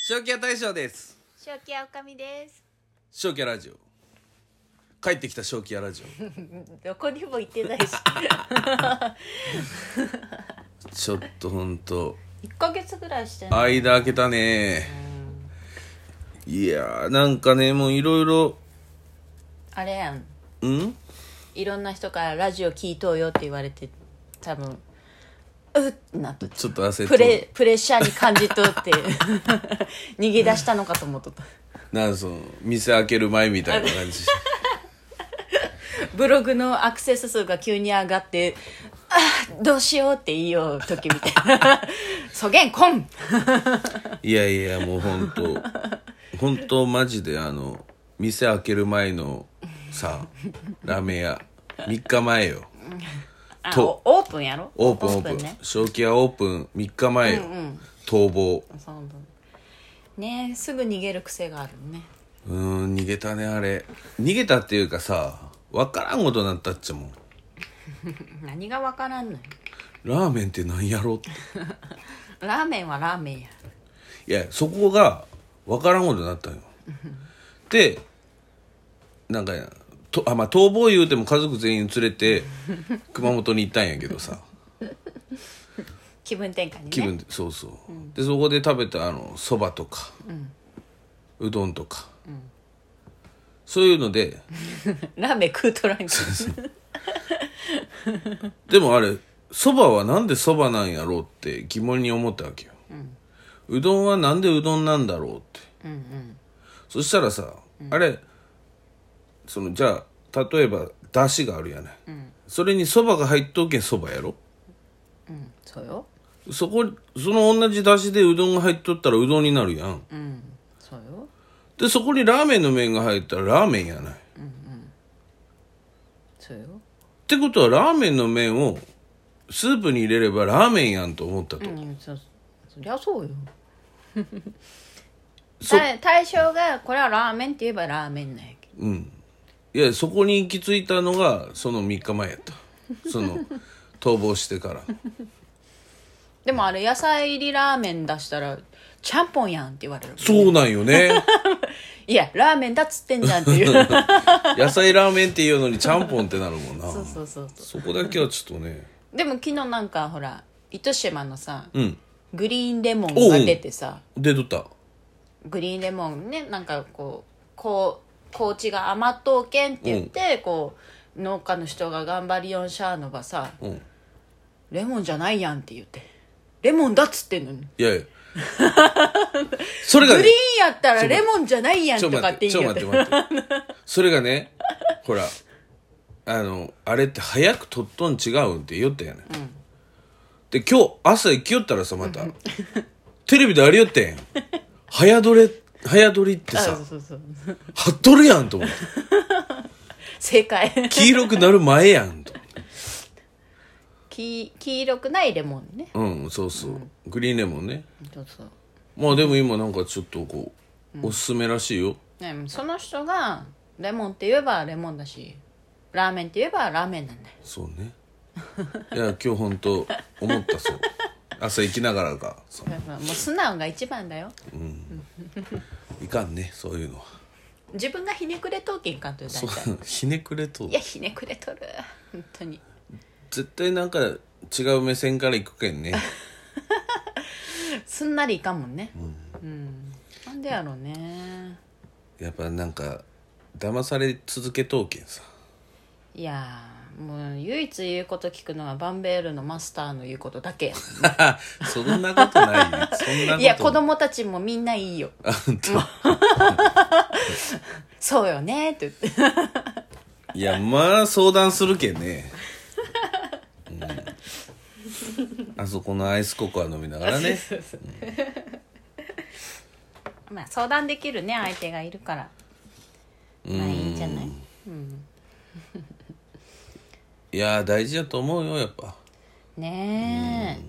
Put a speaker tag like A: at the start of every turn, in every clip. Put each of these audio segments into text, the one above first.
A: 正気屋大将です
B: 正気やおかみです。
A: 正気屋ラジオ帰ってきた正気屋ラジオ
B: どこにも行っ てないし。
A: ちょっとほんと
B: 一ヶ月ぐらいしてない。
A: 間開けたねいやーなんかねもういろいろ
B: あれやん。
A: ん
B: いろんな人からラジオ聞いとうよって言われて、多分。うっってなっとって
A: ちょっと焦っ
B: プ
A: て
B: レ、プレッシャーに感じとって 逃げ出したのかと思っとった。
A: なんかその店開ける前みたいな感じ
B: ブログのアクセス数が急に上がって、あどうしようって言いよう時みた いな。そげんこん
A: いやいやもうほんとほんとマジであの店開ける前のさラーメン屋3日前よ
B: あ
A: と
B: おオープンやろ
A: オープンオープン
B: ね。
A: 正気屋オープン3日前よ、逃亡
B: そうなんだねすぐ逃げる癖があるね。
A: うーん逃げたねあれ逃げたっていうかさ分からんことになったっちゃもん
B: 何がわからんのよ
A: ラーメンって何やろって
B: ラーメンはラーメンや
A: いやそこが分からんことになったんよでなんかやとあまあ逃亡言うても家族全員連れて熊本に行ったんやけどさ
B: 気分転換にね
A: 気分でそうそう、でそこで食べたあのそばとか、うどんとか、そういうので
B: ラーメン食うとらんけど
A: でもあれそばはなんでそばなんやろうって疑問に思ったわけよ、うどんはなんでうどんなんだろうって、そしたらさ、あれそのじゃあ例えばだしがあるやない、それにそばが入っとうけんそばやろ
B: うんそうよ
A: そこその同じだしでうどんが入っとったらうどんになるやん
B: うんそうよ
A: でそこにラーメンの麺が入ったらラーメンやない、っ
B: そうよ
A: てことはラーメンの麺をスープに入れればラーメンやんと思ったと、
B: うんそそりゃそうよ
A: そ
B: 対対象がこれはラーメンって言えばラーメンなんやけど
A: うんいやそこに行き着いたのがその3日前やったその逃亡してから
B: でもあれ野菜入りラーメン出したらちゃんぽんやんって言われる
A: そうなんよね
B: いやラーメンだっつってんじゃんっていう
A: 野菜ラーメンっていうのにちゃんぽんってなるもんな
B: そうそうそうそ
A: そこだけはちょっとね
B: うでも昨日なんかほら糸島のさ、
A: うん
B: グリーンレモンが出てさ、
A: 出とった
B: グリーンレモンねなんかこうこう高知が甘党県って言って、こう農家の人が頑張りよんしゃーのばさ
A: うんい
B: レモンじゃないやんって言ってレモンだっつってんのに
A: やいやそれ
B: グ
A: が
B: リー
A: ね
B: ンやったらレモンじゃないやん
A: ちょ
B: と
A: っと
B: か
A: 待
B: っ
A: っててち
B: 言
A: ょ
B: う
A: っ
B: よっ
A: と
B: て
A: 待って待ってそれがねほらあのあれって早くとっとん違うんって言おったやね、ん、で今日朝行きよったらさまたテレビでありよったやん早撮れ早撮りって
B: あ
A: さ
B: そうそうそう
A: 貼っとるやんと思って
B: 正解
A: 黄色くなる前やんと
B: 黄黄色くないレモンね
A: うんそうそう、グリーンレモンね
B: そうそう
A: まあでも今なんかちょっとこう、おすすめらしいよ
B: ねその人がレモンって言えばレモンだしラーメンって言えばラーメンなんだよ
A: そうねいや今日本当思ったそう朝行きながらかそう
B: だからもう素直が一番だよ
A: いかんねそういうのは
B: 自分がひねくれとうけんかんという大体
A: ひねくれと
B: いやひねくれとる本当に
A: 絶対なんか違う目線から行くけん ね
B: すんなりいかんもんねうん、なんでやろうね
A: やっぱなんか騙され続けとうけんさ
B: いやーもう唯一言うこと聞くのはバンベールのマスターの言うことだけ
A: そんなことないよそんなこと
B: いや子供たちもみんないいよ
A: あほんと
B: そうよねって言って
A: いやまあ相談するけんね、うん、あそこのアイスココア飲みながら ね
B: まあ相談できるね相手がいるからまあいいんじゃない
A: いや大事やと思うよやっぱ
B: ねえ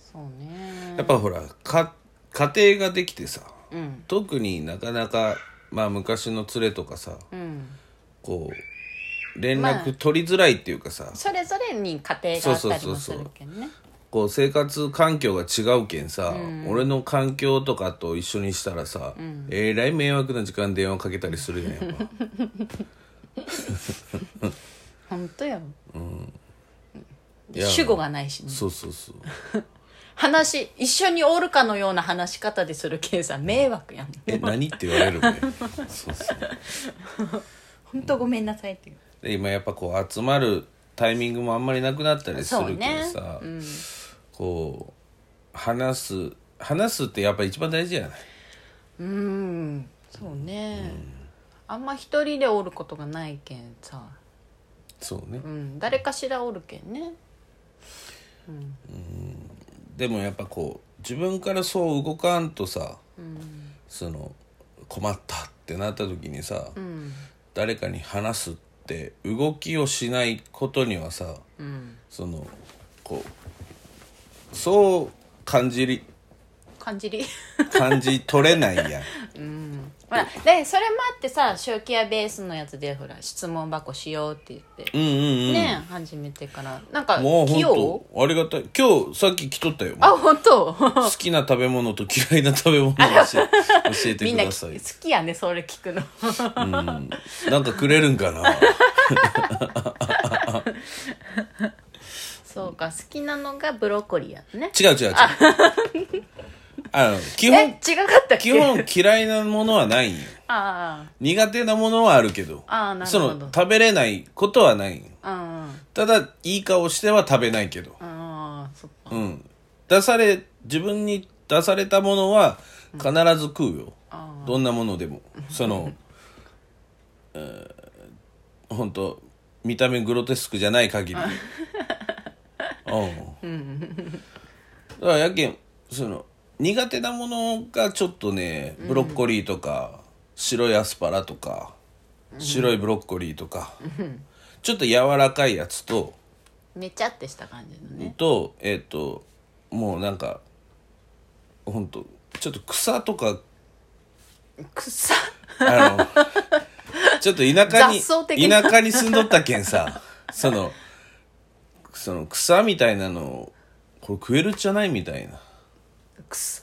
B: そうね
A: やっぱほらか家庭ができてさ
B: うん
A: 特になかなかまあ昔の連れとかさ
B: うん
A: こう連絡取りづらいっていうかさ、
B: それぞれに家庭があったりもするけどね
A: こう生活環境が違うけんさ、俺の環境とかと一緒にしたらさ、えらい迷惑な時間電話かけたりするやんやっ ぱ
B: 本当よ
A: いや
B: 主語がないしね
A: そうそうそう
B: 話一緒におるかのような話し方でするけんさ迷惑やん
A: え何って言われるねそうそう
B: 本当ごめんなさいっていう
A: で今やっぱこう集まるタイミングもあんまりなくなったりするけどさ、こう話す話すってやっぱ一番大事やない
B: うんそうね、あんま一人でおることがないけんさ、
A: そうね、
B: うん、誰かしらおるけんね
A: でもやっぱこう自分からそう動かんとさ、その困ったってなった時にさ、誰かに話すって動きをしないことにはさ、そのこうそう感じり
B: 感じり
A: 感じ取れない やん
B: ほらでそれもあってさ正気やベースのやつでほら質問箱しようって言って、
A: うんうんうん
B: ね始めてからなんか
A: もう
B: 器
A: 本
B: 用
A: 当ありがたい今日さっき来とったよ
B: あ本当
A: 好きな食べ物と嫌いな食べ物を 教え教えて
B: みん
A: く
B: な
A: だ
B: き
A: さ
B: 好
A: い
B: きやねそれ聞くの
A: なんかくれるんかな
B: そうか好きなのがブロッコリーやね
A: 違う違 う違うあの基
B: え違
A: 本
B: かったっけ
A: 基本嫌いなものはないんよ
B: あ
A: 苦手なものはあるけど
B: あーなる
A: そ
B: ほど
A: の食べれないことはないんよ
B: あうん
A: ただいい顔しては食べないけど
B: ああそっか
A: うん出され自分に出されたものは必ず食うよ、
B: あ
A: どんなものでもそ の、えー、ほんと見た目グロテスクじゃない限りうんだからやけんその苦手なものがちょっとねブロッコリーとか、白いアスパラとか白いブロッコリーとか、ちょっと柔らかいやつと、
B: めちゃってした感じのね
A: とえっ、ともうなんかほんとちょっと草とか
B: 草
A: あのちょっと田舎に
B: 雑草的な
A: 田舎に住んどったけんさそのその草みたいなのをこれ食えるんじゃないみたいな
B: 草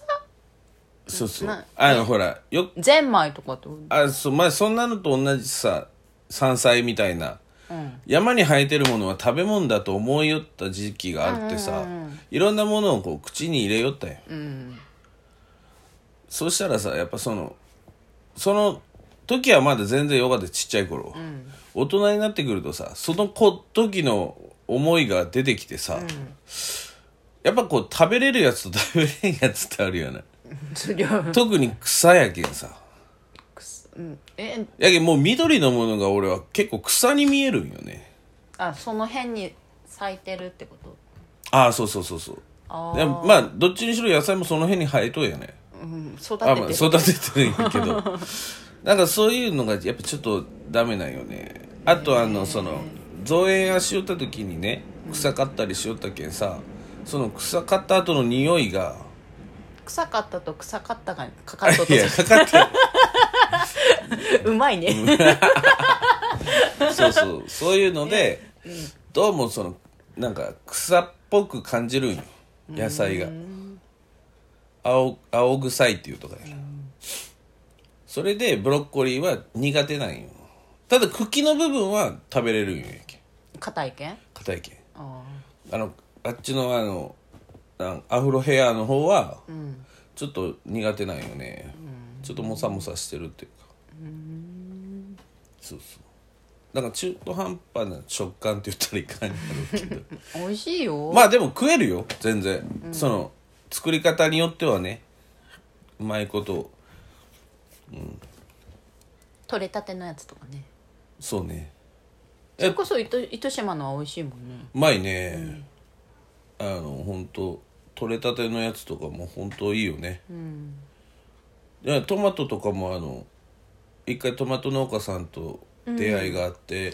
A: そうそ
B: な
A: うあのほらよ
B: ゼンマイとかってこと
A: あそうまあそんなのと同じさ山菜みたいな、
B: ん
A: 山に生えてるものは食べ物だと思いよった時期があってさ、いろんなものをこう口に入れよったんよ、そうしたらさやっぱそのその時はまだ全然よかったちっちゃい頃、大人になってくるとさその子時の思いが出てきてさ、やっぱこう食べれるやつと食べれんやつってあるよね
B: そりゃ
A: 特に草やけんさ
B: うんえ
A: やけんもう緑のものが俺は結構草に見えるんよね
B: あその辺に咲いてるってこと
A: ああそうそうそうそう
B: あ
A: で
B: あ、
A: まあどっちにしろ野菜もその辺に生えとうやね
B: うん、育てて
A: あ、
B: る、
A: まあ、育ててるんやけど なんかそういうのがやっぱちょっとダメなんよねあとあのその造園やしよった時にね臭かったりしよったけんさその臭かった後の匂いが
B: 臭かったと臭かったがかかっと っ
A: いや
B: た
A: かかって
B: とうまいね
A: そうそうそういうので、どうもそのなんか草っぽく感じるんよ野菜が青青臭いっていうとかやなそれでブロッコリーは苦手なんよただ茎の部分は食べれるんよやけん
B: 硬いけんあ
A: 硬いけん
B: あ
A: あのあっちのあのなんアフロヘアの方はちょっと苦手なんよね、ちょっとモサモサしてるっていうか、そうそうなんか中途半端な食感って言ったらいかんやろうけど
B: 美味しいよ、
A: まあでも食えるよ全然、その作り方によってはねうまいこと
B: 取れたてのやつとかね
A: そうね
B: それこそ糸糸島のは美味しいもんね
A: うまいね、あの本当取れたてのやつとかも本当いいよね、いやトマトとかもあの一回トマト農家さんと出会いがあって、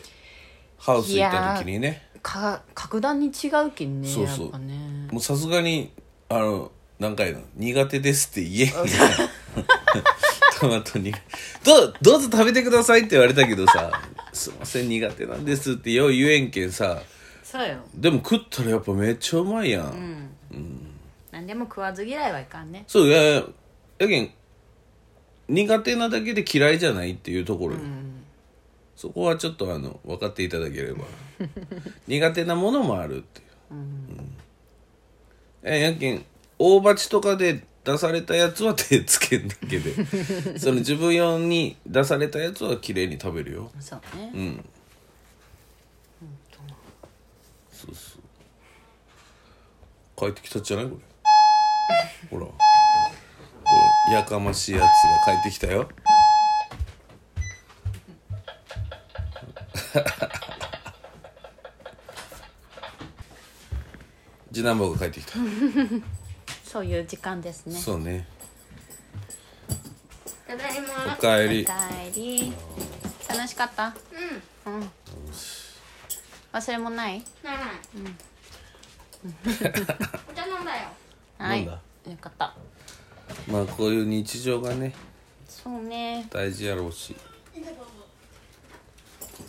A: ハウス行った時にね
B: か格段に違うきんね
A: そうそう
B: やっぱね
A: もうさすがにあの何回の苦手ですって言えんみたいな トマト苦手どうどうぞ食べてくださいって言われたけどさすいません苦手なんですってよう言えんけんさ
B: そうよ
A: でも食ったらやっぱめっちゃうまいやん、
B: 何でも食わず嫌いはいかんね
A: そういやいややけん苦手なだけで嫌いじゃないっていうところよ、そこはちょっとあの分かっていただければ 苦手なものもあるっていう、うんえやけん大鉢とかで出されたやつは手つけんだけ でその自分用に出されたやつは綺麗に食べるよ
B: そうね、
A: そうそう帰ってきたんじゃないこれほらこうやかましいやつが帰ってきたよ 次男坊が帰ってきた
B: そういう時間ですね
A: そうね
C: ただい
A: お
C: ま
A: かえ
B: お
A: り
B: かえり楽しかった
C: うん
B: 忘れ物ない
C: ないないうんお茶飲んだよ
B: は
A: ないん
B: よ
A: だ
B: かった
A: まあこういう日常がね
B: そうね
A: 大事やろうし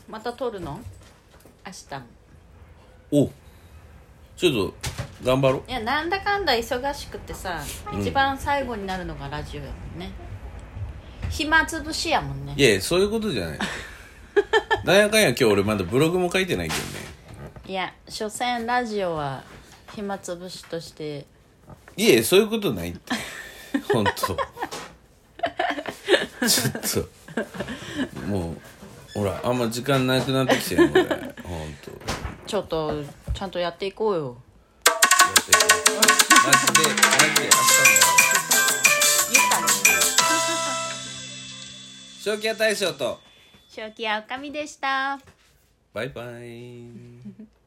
B: また撮るの明日も
A: おちょっと頑張ろう
B: いやなんだかんだ忙しくてさ、一番最後になるのがラジオやもんね暇つぶしやもんね
A: いやいやそういうことじゃない なんやかんや今日俺まだブログも書いてないけどね
B: いや所詮ラジオは暇つぶしとして
A: いえそういうことないって本当ちょっともうほらあんま時間なくなってきてるこれ本当や
B: ちょっとちゃんとやっていこうよ
A: っていこうマジでマジで明日もや
B: 言ったの
A: る正気屋大将と
B: 正気やおかみでした
A: バイバイ